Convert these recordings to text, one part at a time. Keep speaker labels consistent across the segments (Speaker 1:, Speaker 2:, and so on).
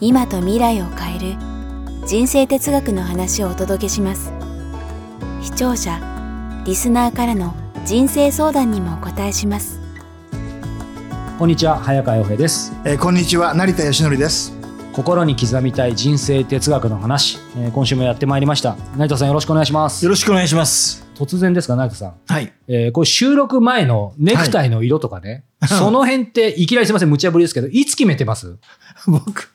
Speaker 1: 今と未来を変える人生哲学の話をお届けします視聴者リスナーからの人生相談にもお答えします
Speaker 2: こんにちは早川洋平です
Speaker 3: えーこんにちは成田義則です。
Speaker 2: 心に刻みたい人生哲学の話、えー今週もやってまいりました成田さんよろしくお願いします
Speaker 3: よろしくお願いします。
Speaker 2: 突然ですが成田さん、
Speaker 3: はい。
Speaker 2: えーこれ収録前のネクタイの色とか ね、その辺っていきなりすいません無茶ぶりですけどいつ決めてます
Speaker 3: 僕、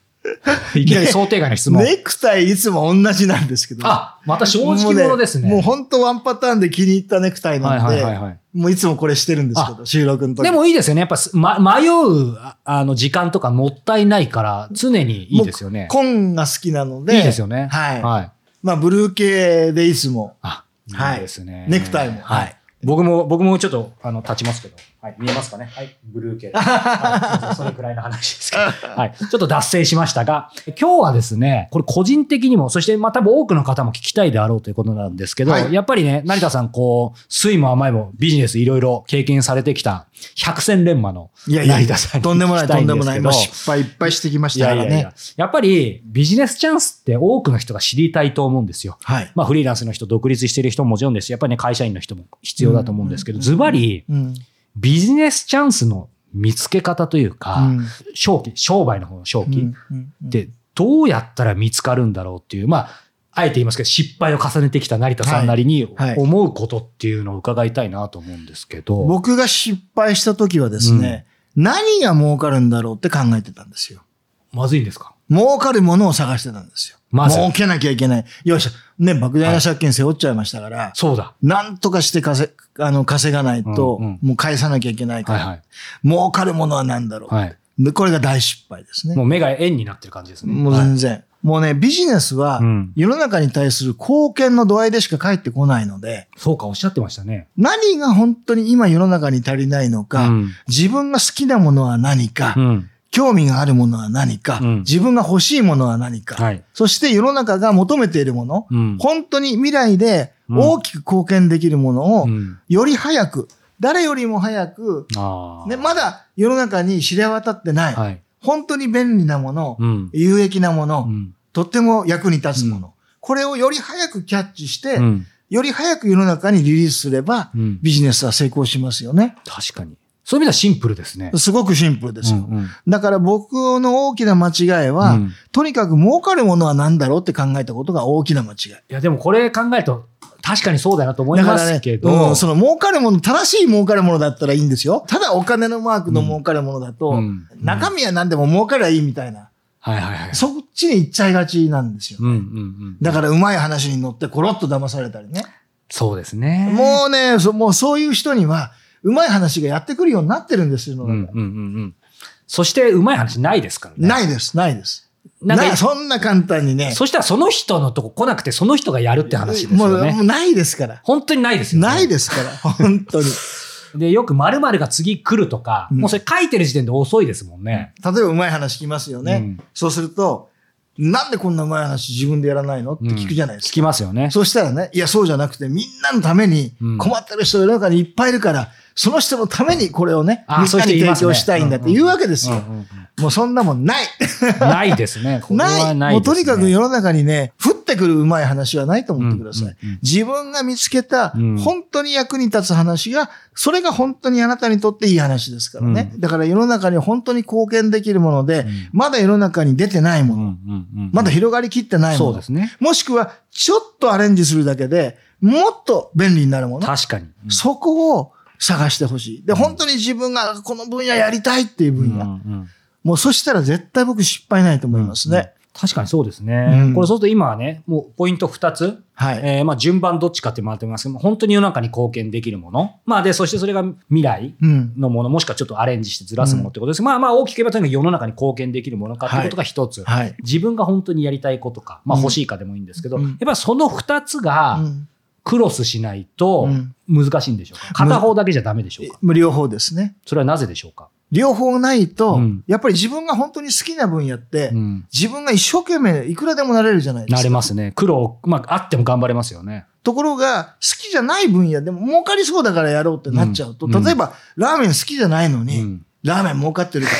Speaker 2: いきなり想定外の質問、
Speaker 3: ネクタイいつも同じなんですけど。
Speaker 2: あまた正
Speaker 3: もうね、
Speaker 2: 直者ですね
Speaker 3: もう本当ワンパターンで気に入ったネクタイ
Speaker 2: はい
Speaker 3: なん
Speaker 2: は
Speaker 3: で、
Speaker 2: いはいはい
Speaker 3: もういつもこれしてるんですけど、収録の時。
Speaker 2: でもいいですよねやっぱす、ま、迷うああの時間とかもったいないから常にいいですよね
Speaker 3: 紺が好きなので、
Speaker 2: いいですよね
Speaker 3: はい
Speaker 2: はい、
Speaker 3: まあ、ブルー系でいつも、
Speaker 2: あ、
Speaker 3: はい
Speaker 2: いいですね。
Speaker 3: ネクタイも
Speaker 2: は
Speaker 3: はい
Speaker 2: い。僕も、僕もちょっと、あの、立ちますけど。はい。見えますかねはい。ブルー系 です。はいそれくらいの話ですけど。 はい。ちょっと脱線しましたが、今日はですね、これ個人的にも、そして、まあ、多分多くの方も聞きたいであろうということなんですけど、
Speaker 3: はい
Speaker 2: やっぱりね、成田さん、こう、酸いも甘いもビジネスいろいろ経験されてきた、百戦錬磨の
Speaker 3: いやいや
Speaker 2: 成田さんに
Speaker 3: とんでもない、
Speaker 2: 聞きた
Speaker 3: とん
Speaker 2: で
Speaker 3: でも
Speaker 2: す
Speaker 3: な
Speaker 2: け
Speaker 3: い。
Speaker 2: ど
Speaker 3: もう失敗いっぱいしてきまし
Speaker 2: い
Speaker 3: た
Speaker 2: や
Speaker 3: か
Speaker 2: い
Speaker 3: ら
Speaker 2: やいや
Speaker 3: ね。
Speaker 2: やっぱりビジネスチャンスって多くの人が知りたいと思うんですよ。
Speaker 3: はい。
Speaker 2: まあ、フリーランスの人、独立してる人ももちろんですし、やっぱりね、会社員の人も必要だと思うんですけど、
Speaker 3: うん
Speaker 2: ズバリ、
Speaker 3: うん。
Speaker 2: ビジネスチャンスの見つけ方というか、
Speaker 3: うん
Speaker 2: 商機、商売の方の商
Speaker 3: う
Speaker 2: 機
Speaker 3: んうんうん
Speaker 2: って、どうやったら見つかるんだろうっていう、まあ、あえて言いますけど、失敗を重ねてきた成田さんなりに
Speaker 3: はいはい
Speaker 2: 思うことっていうのを伺いたいなと思うんですけど、
Speaker 3: 僕が失敗した時はですね、何が儲かるんだろうって考えてたんですよ。
Speaker 2: まずいんですか
Speaker 3: 儲かるものを探してたんですよ。
Speaker 2: まず
Speaker 3: 儲けなきゃいけない。よいしょ。ね、莫大な借金背負っちゃいましたから、
Speaker 2: そうだ。
Speaker 3: なんとかして稼、あの、稼がないと、
Speaker 2: うんうん
Speaker 3: もう返さなきゃいけないか
Speaker 2: は
Speaker 3: ら、
Speaker 2: いはい。
Speaker 3: 儲かるものは何だろう、
Speaker 2: はい。
Speaker 3: でこれが大失敗ですね。
Speaker 2: も
Speaker 3: も
Speaker 2: う目が円になってる感じです
Speaker 3: う
Speaker 2: ね。はい
Speaker 3: 全然、もうね、ビジネスは
Speaker 2: うん、
Speaker 3: 世の中に対する貢献の度合いでしか返ってこないので、
Speaker 2: そうか、おっしゃってましたね。
Speaker 3: 何が本当に今世の中に足りないのか、
Speaker 2: うん
Speaker 3: 自分が好きなものは何か、
Speaker 2: うん。
Speaker 3: 興味があるものは何か、
Speaker 2: うん
Speaker 3: 自分が欲しいものは何か、
Speaker 2: はい。
Speaker 3: そして世の中が求めているもの、
Speaker 2: うん
Speaker 3: 本当に未来で
Speaker 2: うん
Speaker 3: 大きく貢献できるものを、
Speaker 2: うん
Speaker 3: より早く、誰よりも早く、
Speaker 2: あー
Speaker 3: ね、まだ世の中に知れ渡ってない、
Speaker 2: はい。
Speaker 3: 本当に便利なもの、
Speaker 2: うん。
Speaker 3: 有益なも
Speaker 2: う
Speaker 3: の、
Speaker 2: ん。
Speaker 3: とっても役に立つもの、
Speaker 2: う
Speaker 3: これをより早くキャッチして、
Speaker 2: うん
Speaker 3: より早く世の中にリリースすれば、
Speaker 2: うん
Speaker 3: ビジネスは成功しますよね。
Speaker 2: 確かに。そういう意味ではシンプルですね。
Speaker 3: すごくシンプルですよ。
Speaker 2: うんうん
Speaker 3: だから僕の大きな間違いは、
Speaker 2: うん
Speaker 3: とにかく儲かるものは何だろうって考えたことが大きな間違い。
Speaker 2: いや、でもこれ考えると、確かにそうだなと思い
Speaker 3: だか
Speaker 2: ま
Speaker 3: ら
Speaker 2: す
Speaker 3: ね、
Speaker 2: けど、
Speaker 3: うんその儲かるもの、正しい儲かるものだったらいいんですよ。ただお金のマークの儲かるものだと、
Speaker 2: うん
Speaker 3: 中身は何でも儲かりゃいいみたいな、
Speaker 2: はいはいはい。
Speaker 3: そっちに行っちゃいがちなんですよ。
Speaker 2: うんうんうん。
Speaker 3: だからうまい話に乗ってコロッと騙されたりね。
Speaker 2: そうですね。
Speaker 3: もうね、そもうそういう人には、うまい話がやってくるようになってるんですよ。世の
Speaker 2: うんうん
Speaker 3: 中
Speaker 2: うんうん。そして、うまい話ないですからね。
Speaker 3: ないです、ないです。
Speaker 2: なんか
Speaker 3: なそんな簡単にね。
Speaker 2: そしたらその人のとこ来なくて、その人がやるって話ですよ
Speaker 3: もうも
Speaker 2: ね。
Speaker 3: うないですから。
Speaker 2: 本当にないですよね。
Speaker 3: ないです から、本当に。
Speaker 2: で、よく〇〇が次来るとか、
Speaker 3: うん
Speaker 2: もうそれ書いてる時点で遅いですもんね。
Speaker 3: 例えばうまい話聞きますよね。
Speaker 2: うん
Speaker 3: そうすると、なんでこんなうまい話自分でやらないのって聞くじゃないです
Speaker 2: 聞
Speaker 3: か。
Speaker 2: きますよね。
Speaker 3: そうしたらね、いや、そうじゃなくて、みんなのために
Speaker 2: うん
Speaker 3: 困ってる人が世の中にいっぱいいるから、その人のためにこれをね、
Speaker 2: あ
Speaker 3: みん
Speaker 2: そうい
Speaker 3: な
Speaker 2: う人
Speaker 3: に
Speaker 2: いま
Speaker 3: 提
Speaker 2: すね
Speaker 3: 供したいんだって言うわけですよ。
Speaker 2: うんうんうん
Speaker 3: もうそんなもんない。
Speaker 2: ないですね。これ
Speaker 3: ない
Speaker 2: は
Speaker 3: も
Speaker 2: な
Speaker 3: う
Speaker 2: いです
Speaker 3: と
Speaker 2: ね。
Speaker 3: にかく世の中にね、降ってくるうまい話はないと思ってください。
Speaker 2: うんうんうん
Speaker 3: 自分が見つけた、
Speaker 2: うん
Speaker 3: 本当に役に立つ話が、それが本当にあなたにとっていい話ですからね。
Speaker 2: う
Speaker 3: だから世の中に本当に貢献できるもので、
Speaker 2: ん
Speaker 3: まだ世の中に出てないも
Speaker 2: うん
Speaker 3: の、
Speaker 2: うんうんうん
Speaker 3: まだ広がりきってないも
Speaker 2: そう
Speaker 3: の、
Speaker 2: ですね。
Speaker 3: もしくはちょっとアレンジするだけでもっと便利になるもの、
Speaker 2: 確かに。うん
Speaker 3: そこを探してほしい。で、本当に自分がこの分野やりたいっていう分野、
Speaker 2: うんうん
Speaker 3: もうそしたら絶対僕失敗ないと思いますね。
Speaker 2: 確かにそうですね。
Speaker 3: うん
Speaker 2: これそうすると今はね、もうポイント2つ。
Speaker 3: はい。
Speaker 2: えーまあ順番どっちかって回ってますけど、本当に世の中に貢献できるもの。まあで、そしてそれが未来
Speaker 3: うん。
Speaker 2: のもの、もしくはちょっとアレンジしてずらすものってことです。まあまあ大きく言えばとにかく世の中に貢献できるものかってことが一つ。
Speaker 3: はい。
Speaker 2: 自分が本当にやりたいことか、まあ
Speaker 3: うん
Speaker 2: 欲しいかでもいいんですけど、
Speaker 3: うん
Speaker 2: やっぱりその2つが
Speaker 3: うん
Speaker 2: クロスしないと
Speaker 3: うん
Speaker 2: 難しいんでしょうか。片方だけじゃダメでしょうか。
Speaker 3: 無両方ですね。
Speaker 2: それはなぜでしょうか。
Speaker 3: 両方ないと、
Speaker 2: うん
Speaker 3: やっぱり自分が本当に好きな分野って、
Speaker 2: うん。
Speaker 3: 自分が一生懸命いくらでもなれるじゃないですか。
Speaker 2: なれますね。苦労、まああっても頑張れますよね。
Speaker 3: ところが、好きじゃない分野でも儲かりそうだからやろうってなっちゃうと、
Speaker 2: うん
Speaker 3: 例えば、ラーメン好きじゃないのに、
Speaker 2: うん
Speaker 3: ラーメン儲かってるか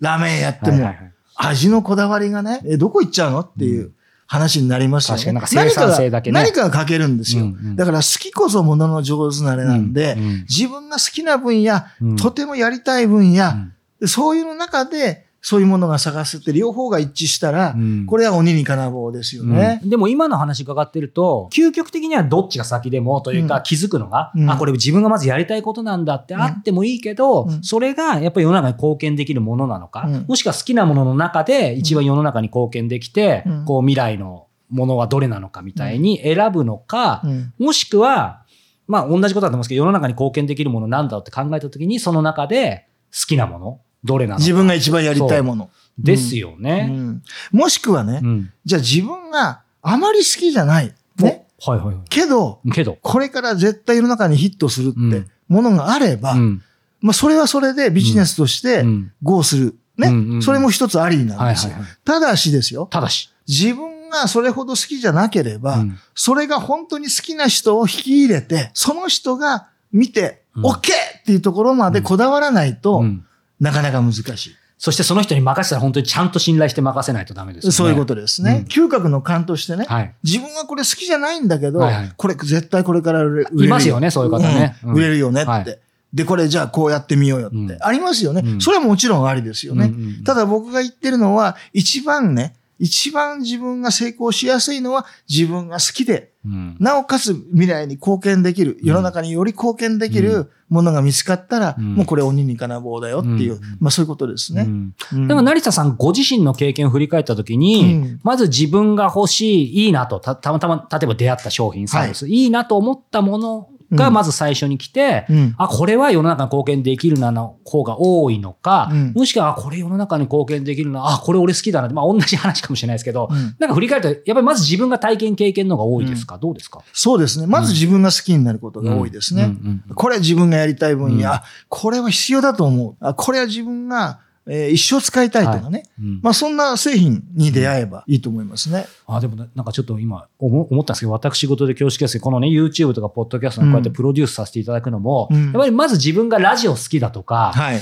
Speaker 3: ら、 ラーメンやって
Speaker 2: はい
Speaker 3: も
Speaker 2: はい、はい
Speaker 3: 味のこだわりがね、え、どこ行っちゃうのっていうう話になりますよね。
Speaker 2: 確かになんか生産性だけね
Speaker 3: 何かが何かが欠けるんですよ。
Speaker 2: うんうん
Speaker 3: だから、好きこそものの上手なれなんで、
Speaker 2: うん
Speaker 3: 自分が好きな分野、
Speaker 2: うん
Speaker 3: とてもやりたい分野、
Speaker 2: うん
Speaker 3: でそういうの中で、そういうものが探せて、両方が一致したら、
Speaker 2: うん
Speaker 3: これは鬼に金棒ですよね。
Speaker 2: うんでも今の話伺ってると、究極的にはどっちが先でもというか
Speaker 3: うん
Speaker 2: 気づくのが、
Speaker 3: うん
Speaker 2: あ、これ自分がまずやりたいことなんだってあってもいいけど、
Speaker 3: うん
Speaker 2: それがやっぱり世の中に貢献できるものなのか、
Speaker 3: うん
Speaker 2: もしくは好きなものの中で一番世の中に貢献できて、
Speaker 3: うん
Speaker 2: こう未来のものはどれなのかみたいに選ぶのか、
Speaker 3: うん
Speaker 2: もしくは、まあ同じことだと思うんですけど、世の中に貢献できるものなんだろうって考えたときに、その中で好きなもの、どれなの
Speaker 3: 自
Speaker 2: か
Speaker 3: 分が一番やりたいもの。
Speaker 2: ですよ
Speaker 3: う
Speaker 2: ね。
Speaker 3: んもしくはね、
Speaker 2: うん。
Speaker 3: じゃあ自分があまり好きじゃない。ね。
Speaker 2: おはいはいは
Speaker 3: けど、
Speaker 2: い。けど、
Speaker 3: これから絶対世の中にヒットする
Speaker 2: う
Speaker 3: っ
Speaker 2: ん
Speaker 3: てものがあれば、
Speaker 2: うん
Speaker 3: まあそれはそれでビジネスとして
Speaker 2: うん
Speaker 3: ゴーする。ね。
Speaker 2: うんうん
Speaker 3: それも一つありなん
Speaker 2: はい
Speaker 3: です
Speaker 2: はい
Speaker 3: よ。
Speaker 2: はい。
Speaker 3: ただしですよ。
Speaker 2: ただし、
Speaker 3: 自分がそれほど好きじゃなければ、
Speaker 2: うん
Speaker 3: それが本当に好きな人を引き入れて、その人が見て、
Speaker 2: うん
Speaker 3: OK! っていうところまでこだわらないと、
Speaker 2: うん
Speaker 3: なかなか難しい。
Speaker 2: そしてその人に任せたら本当にちゃんと信頼して任せないとダメですよね。
Speaker 3: そういうことです
Speaker 2: うん
Speaker 3: ね。嗅覚の勘としてね、
Speaker 2: はい。
Speaker 3: 自分はこれ好きじゃないんだけど、
Speaker 2: はいはい
Speaker 3: これ絶対これから売れ売れる
Speaker 2: いますよねそういう方ね
Speaker 3: う
Speaker 2: うん
Speaker 3: ん売れるよねって。
Speaker 2: はい
Speaker 3: で、これじゃあこうやってみようよって。
Speaker 2: うん
Speaker 3: ありますよね、
Speaker 2: うん
Speaker 3: それはもちろんありですよね。
Speaker 2: うんうん
Speaker 3: ただ僕が言ってるのは、一番ね、一番自分が成功しやすいのは自分が好きで、
Speaker 2: うん
Speaker 3: なおかつ未来に貢献できる、世の中により貢献でき
Speaker 2: う
Speaker 3: るものが見つかったら、
Speaker 2: うん
Speaker 3: もうこれ鬼に金棒だよっていう、
Speaker 2: うん
Speaker 3: まあそういうことです
Speaker 2: う
Speaker 3: ね。
Speaker 2: ん
Speaker 3: うん
Speaker 2: でも成田さんご自身の経験を振り返ったときに、
Speaker 3: うん
Speaker 2: まず自分が欲しい、いいなと、たたまたま、例えば出会った商品、サービス、い、いなと思ったものが
Speaker 3: うん
Speaker 2: まず最初に来て、
Speaker 3: うん
Speaker 2: あ、これは世の中に貢献できるなの方が多いのか、
Speaker 3: うん
Speaker 2: もしくは、あこれ世の中に貢献できるな、あ、これ俺好きだなって、まあ同じ話かもしれないですけど、
Speaker 3: うん
Speaker 2: なんか振り返ると、やっぱりまず自分が体験経験の方が多いですか、どうですか
Speaker 3: そうですね。まず自分が好きになることが多いですね。
Speaker 2: うんうんうん
Speaker 3: これは自分がやりたい分野、
Speaker 2: うん
Speaker 3: あこれは必要だと思う。あこれは自分が、えー一生使いたいとかね。
Speaker 2: うん
Speaker 3: まあそんな製品に出会えばいいと思いますね。
Speaker 2: あでもななんかちょっと今思思ったんですけど、私事で恐縮ですけど、このね、YouTube とか Podcast のこうやって
Speaker 3: うん
Speaker 2: プロデュースさせていただくのも、
Speaker 3: うん
Speaker 2: やっぱりまず自分がラジオ好きだとか、
Speaker 3: はい。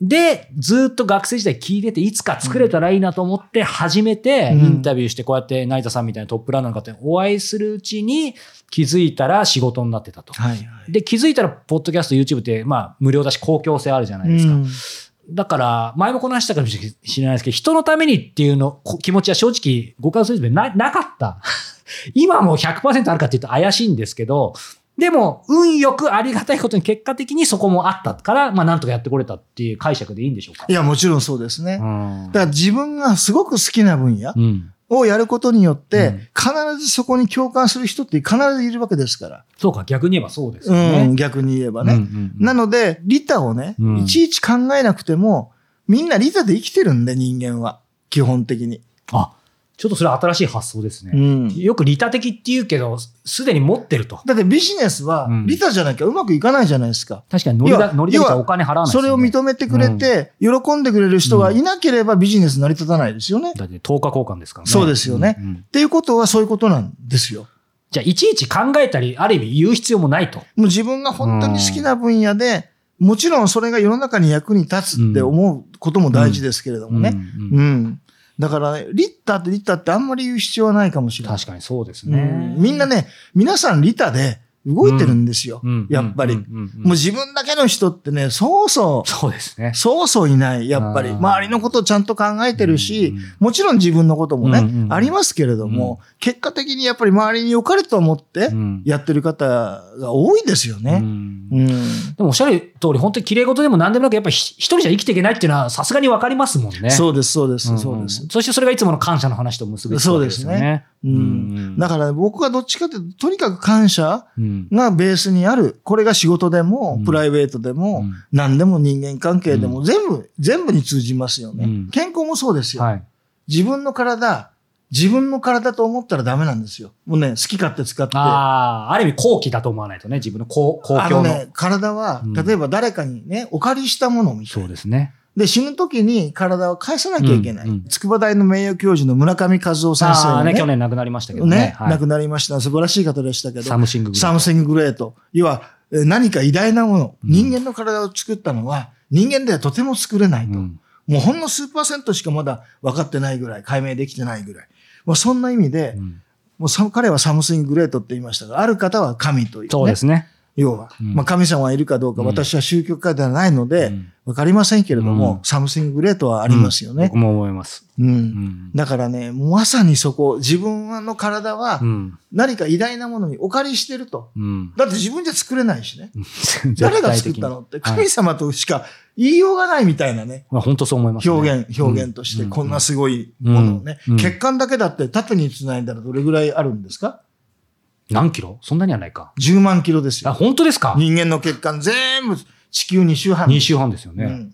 Speaker 2: で、ずっと学生時代聞いてて、いつか作れたらいいなと思って始めて、
Speaker 3: うん
Speaker 2: インタビューして、こうやって成田さんみたいなトップランナーの方にお会いするうちに、気づいたら仕事になってたと。
Speaker 3: はい、はい。
Speaker 2: で、気づいたら、ポッドキャスト、YouTube って、まあ、無料だし、公共性あるじゃないですか。だから、前もこの話したかもしれないですけど、人のためにっていうの、こ気持ちは正直、ご感想でな、なかった。 今もう100%あるかっていうと怪しいんですけど、でも、運よくありがたいことに結果的にそこもあったから、まあなんとかやってこれたっていう解釈でいいんでしょうか
Speaker 3: い。や、もちろんそうですね。
Speaker 2: うん
Speaker 3: だから自分がすごく好きな分野
Speaker 2: うん。
Speaker 3: をやることによっ
Speaker 2: うん
Speaker 3: て、必ずそこに共感する人って必ずいるわけですから。
Speaker 2: そうか、逆に言えばそうですよ
Speaker 3: うん、
Speaker 2: ね。
Speaker 3: 逆に言えば
Speaker 2: うん
Speaker 3: ね。
Speaker 2: うんうん
Speaker 3: なので、リタをね、
Speaker 2: うん
Speaker 3: いちいち考えなくても、みんなリタで生きてるんで、人間は。基本的に。
Speaker 2: あ、ちょっとそれは新しい発想です
Speaker 3: う
Speaker 2: ね。
Speaker 3: ん。
Speaker 2: よく利他的って言うけど、すすでに持ってると。
Speaker 3: だってビジネスは
Speaker 2: うん、
Speaker 3: リタじゃなきゃうまくいかないじゃないですか。
Speaker 2: 確かに乗り
Speaker 3: 要
Speaker 2: だ、
Speaker 3: は
Speaker 2: 乗りだけじゃお金払わないですよ
Speaker 3: そ
Speaker 2: ね
Speaker 3: れを認めてくれて、喜んでくれる人がいなければビジネス成り立たないですよね。っ
Speaker 2: だって10日交換ですからね。
Speaker 3: そうですよね
Speaker 2: うんうん
Speaker 3: ていうことはそういうことなんですよ。
Speaker 2: じゃあ、いちいち考えたり、ある意味言う必要もないと。
Speaker 3: もう自分が本当に好きな分野で、もちろんそれが世の中に役に立つって思うことも大事ですけれどもね。
Speaker 2: うん
Speaker 3: うん。だからね、リッタってリッタってあんまり言う必要はないかもしれない。
Speaker 2: 確かにそうです
Speaker 3: う
Speaker 2: ね。
Speaker 3: んみんなね、皆さんリタで動いてるんですよ。
Speaker 2: うん
Speaker 3: やっぱり
Speaker 2: うんうんうん
Speaker 3: もう自分だけの人ってね、そうそ
Speaker 2: そうですね
Speaker 3: う、。そうそういない、やっぱり。
Speaker 2: あー
Speaker 3: 周りのことをちゃんと考えてるし、
Speaker 2: うん
Speaker 3: もちろん自分のこともね、
Speaker 2: うんうん
Speaker 3: ありますけれども、結果的にやっぱり周りに良かれと思って
Speaker 2: うん
Speaker 3: やってる方が多いですよ
Speaker 2: う
Speaker 3: ね。
Speaker 2: ん
Speaker 3: うん。
Speaker 2: でもおっしゃる通り、本当に綺麗事でも何でもなく、やっぱりひ一人じゃ生きていけないっていうのはさすがにわかりますもんね。
Speaker 3: そうです、そうです、
Speaker 2: んん
Speaker 3: そうです。
Speaker 2: そしてそれがいつもの感謝の話と結びつくわけですよね。
Speaker 3: うん
Speaker 2: うん
Speaker 3: だから僕はどっちかというと、とにかく感謝
Speaker 2: うん
Speaker 3: がベースにある。これが仕事でも、
Speaker 2: うん
Speaker 3: プライベートでも、何でも人間関係でも、全部、全部に通じますよね。
Speaker 2: うん
Speaker 3: 健康もそうですよ。
Speaker 2: はい。
Speaker 3: 自分の体、自分の体と思ったらダメなんですよ。もうね、好き勝手使って。
Speaker 2: ああ、ある意味後期だと思わないとね、自分の公公
Speaker 3: あの
Speaker 2: 共の。
Speaker 3: ね、体は
Speaker 2: うん、
Speaker 3: 例えば誰かにね、お借りしたものみたい
Speaker 2: そう
Speaker 3: な。
Speaker 2: ですね。
Speaker 3: で、死ぬ時に体を返さなきゃいけな
Speaker 2: う
Speaker 3: い。
Speaker 2: んうん
Speaker 3: 筑波大の名誉教授の村上和夫先
Speaker 2: あ
Speaker 3: 生
Speaker 2: あ
Speaker 3: が
Speaker 2: ね、
Speaker 3: ね、
Speaker 2: 去年亡くなりましたけど
Speaker 3: ね
Speaker 2: ね。はい
Speaker 3: 亡くなりました。素晴らしい方でしたけど
Speaker 2: サ、ムシンググループ
Speaker 3: サムセングレート。要は、えー何か偉大なもの、
Speaker 2: うん
Speaker 3: 人間の体を作ったのは、人間ではとても作れないと。
Speaker 2: うん
Speaker 3: もうほんの数パーセントしかまだ分かってないぐらい、解明できてないぐらい。まあ、そんな意味で、
Speaker 2: うん
Speaker 3: もうさ彼はサムスングレートって言いましたが、ある方は神という、ね。
Speaker 2: そうですね。
Speaker 3: 要は。
Speaker 2: うん
Speaker 3: まあ、神様はいるかどうか、
Speaker 2: うん
Speaker 3: 私は宗教家ではないので、
Speaker 2: うん
Speaker 3: わかりませんけれど
Speaker 2: う
Speaker 3: も、
Speaker 2: ん
Speaker 3: サムスングレートはありますよね
Speaker 2: 僕。も思います。
Speaker 3: うん。
Speaker 2: うん
Speaker 3: だからね、まさにそこ、自分の体は
Speaker 2: うん
Speaker 3: 何か偉大なものにお借りしてると。
Speaker 2: うん
Speaker 3: だって自分じゃ作れないしね。
Speaker 2: 絶対的に
Speaker 3: 誰が作ったのって、
Speaker 2: はい
Speaker 3: 神様としか言いようがないみたいなね、
Speaker 2: まあ本当そう思いますね。
Speaker 3: 表現、表現として、
Speaker 2: うん
Speaker 3: こんなすごいものをね、
Speaker 2: うん
Speaker 3: 血管だけだって縦に繋いだらどれぐらいあるんですか
Speaker 2: 何キロそんなにはないか。
Speaker 3: ?10 万キロです
Speaker 2: あ、
Speaker 3: よ。
Speaker 2: 本当ですか
Speaker 3: 人間の血管全部地球2周半。
Speaker 2: ?2 週半ですよ
Speaker 3: う
Speaker 2: ね。
Speaker 3: ん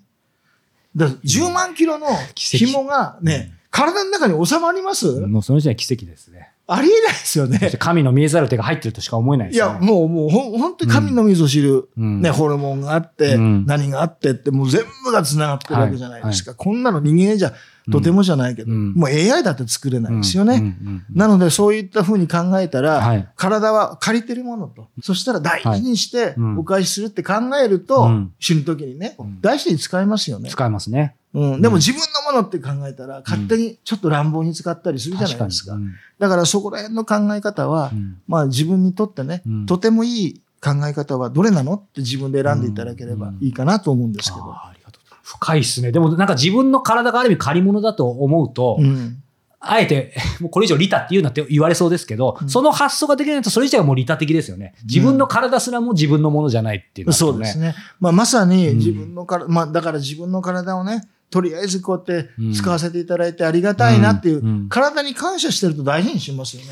Speaker 3: だから10万キロの
Speaker 2: 奇跡
Speaker 3: 紐がね、体の中に収まります、
Speaker 2: もうその時点で奇跡ですね。
Speaker 3: ありえないですよ
Speaker 2: そ
Speaker 3: ね
Speaker 2: して。神の見えざる手が入ってるとしか思えないで
Speaker 3: い
Speaker 2: す
Speaker 3: や、
Speaker 2: よね。
Speaker 3: もう、もう、ほん、本当に神の水を知る、
Speaker 2: うん
Speaker 3: ね、ホルモンがあって、
Speaker 2: うん
Speaker 3: 何があってって、もう全部が繋がってるわけじゃないですか。こんなの人間じゃとてもじゃないけど、
Speaker 2: うん
Speaker 3: もう AI だって作れないですよね。
Speaker 2: うんうんうん
Speaker 3: なので、そういった風に考えたら、
Speaker 2: はい
Speaker 3: 体は借りてるものと。そしたら大事にして
Speaker 2: うん
Speaker 3: お返しするって考えると、
Speaker 2: うん
Speaker 3: 死ぬ時にね
Speaker 2: うん、
Speaker 3: 大事に使えますよね。
Speaker 2: 使えますね。
Speaker 3: うん、でも自分のものって考えたら、勝手にちょっと乱暴に使ったりするじゃないですか。
Speaker 2: 確に
Speaker 3: だからそこら辺の考え方は、
Speaker 2: うん
Speaker 3: まあ自分にとってね、
Speaker 2: うん
Speaker 3: とてもいい考え方はどれなのって自分で選んでいただければいいかなと思うんですけど。
Speaker 2: あーありがとうございます深いですね。でもなんか自分の体がある意味借り物だと思うと、
Speaker 3: うん、
Speaker 2: あえて、 もうこれ以上利他って言うなって言われそうですけど、
Speaker 3: うん
Speaker 2: その発想ができないとそれ自体がもう利他的ですよね。自分の体すらも自分のものじゃないっていうのは
Speaker 3: そうです
Speaker 2: ね。
Speaker 3: ね。まあまさ
Speaker 2: う
Speaker 3: に
Speaker 2: ん
Speaker 3: 自分のから、まあだから自分の体をね、とりあえずこうやって使わせていただいてありがたいなっていう、
Speaker 2: うんうん
Speaker 3: 体に感謝してると大事にしますよね。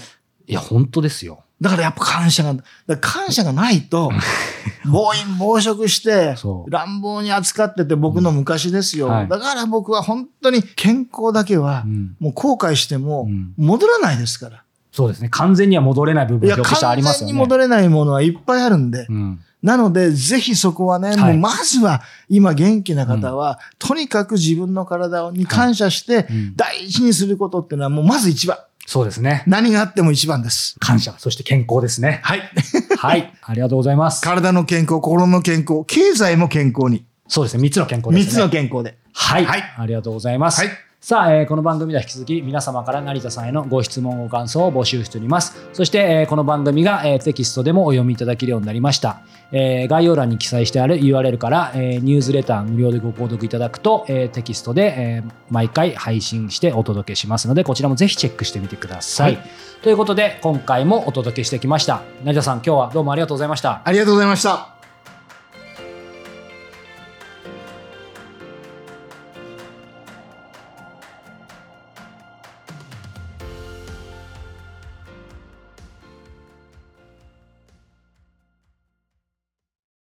Speaker 2: いや、本当ですよ。
Speaker 3: だからやっぱ感謝が、だから感謝がないと、暴飲暴食して
Speaker 2: そ、う
Speaker 3: 乱暴に扱ってて僕の昔ですよ。
Speaker 2: うんはい
Speaker 3: だから僕は本当に健康だけは
Speaker 2: う、ん
Speaker 3: もう後悔して
Speaker 2: う
Speaker 3: も
Speaker 2: ん
Speaker 3: 戻らないですから。
Speaker 2: そうですね。完全には戻れない部
Speaker 3: い
Speaker 2: 分
Speaker 3: や、
Speaker 2: がひょっとしたらあ
Speaker 3: 完
Speaker 2: ります
Speaker 3: 全
Speaker 2: よ
Speaker 3: に
Speaker 2: ね。
Speaker 3: 戻れないものはいっぱいあるんで。
Speaker 2: うん
Speaker 3: なので、ぜひそこはね、
Speaker 2: はい
Speaker 3: もうまずは、今元気な方は、とにかく自分の体に感謝して
Speaker 2: う、ん
Speaker 3: 大事にすることってのはもうまず一番。
Speaker 2: そうですね。
Speaker 3: 何があっても一番です。
Speaker 2: 感謝、そして健康ですね。はい。はい。ありがとうございます。
Speaker 3: 体の健康、心の健康、経済も健康に。
Speaker 2: そうですね。三つの健康で
Speaker 3: 三
Speaker 2: すね。
Speaker 3: つの健康で。
Speaker 2: はい、
Speaker 3: はい
Speaker 2: ありがとうございます。
Speaker 3: はい
Speaker 2: さあ、えーこの番組では引き続き皆様から成田さんへのご質問、ご感想を募集しております。そして、えーこの番組が、えーテキストでもお読みいただけるようになりました。えー概要欄に記載してある URL から、えーニュースレター無料でご購読いただくと、えーテキストで、えー毎回配信してお届けしますので、こちらもぜひチェックしてみてください。
Speaker 3: は
Speaker 2: ということで、今回もお届けしてきました。成田さん、今日はどうもありがとうございました。
Speaker 3: ありがとうございました。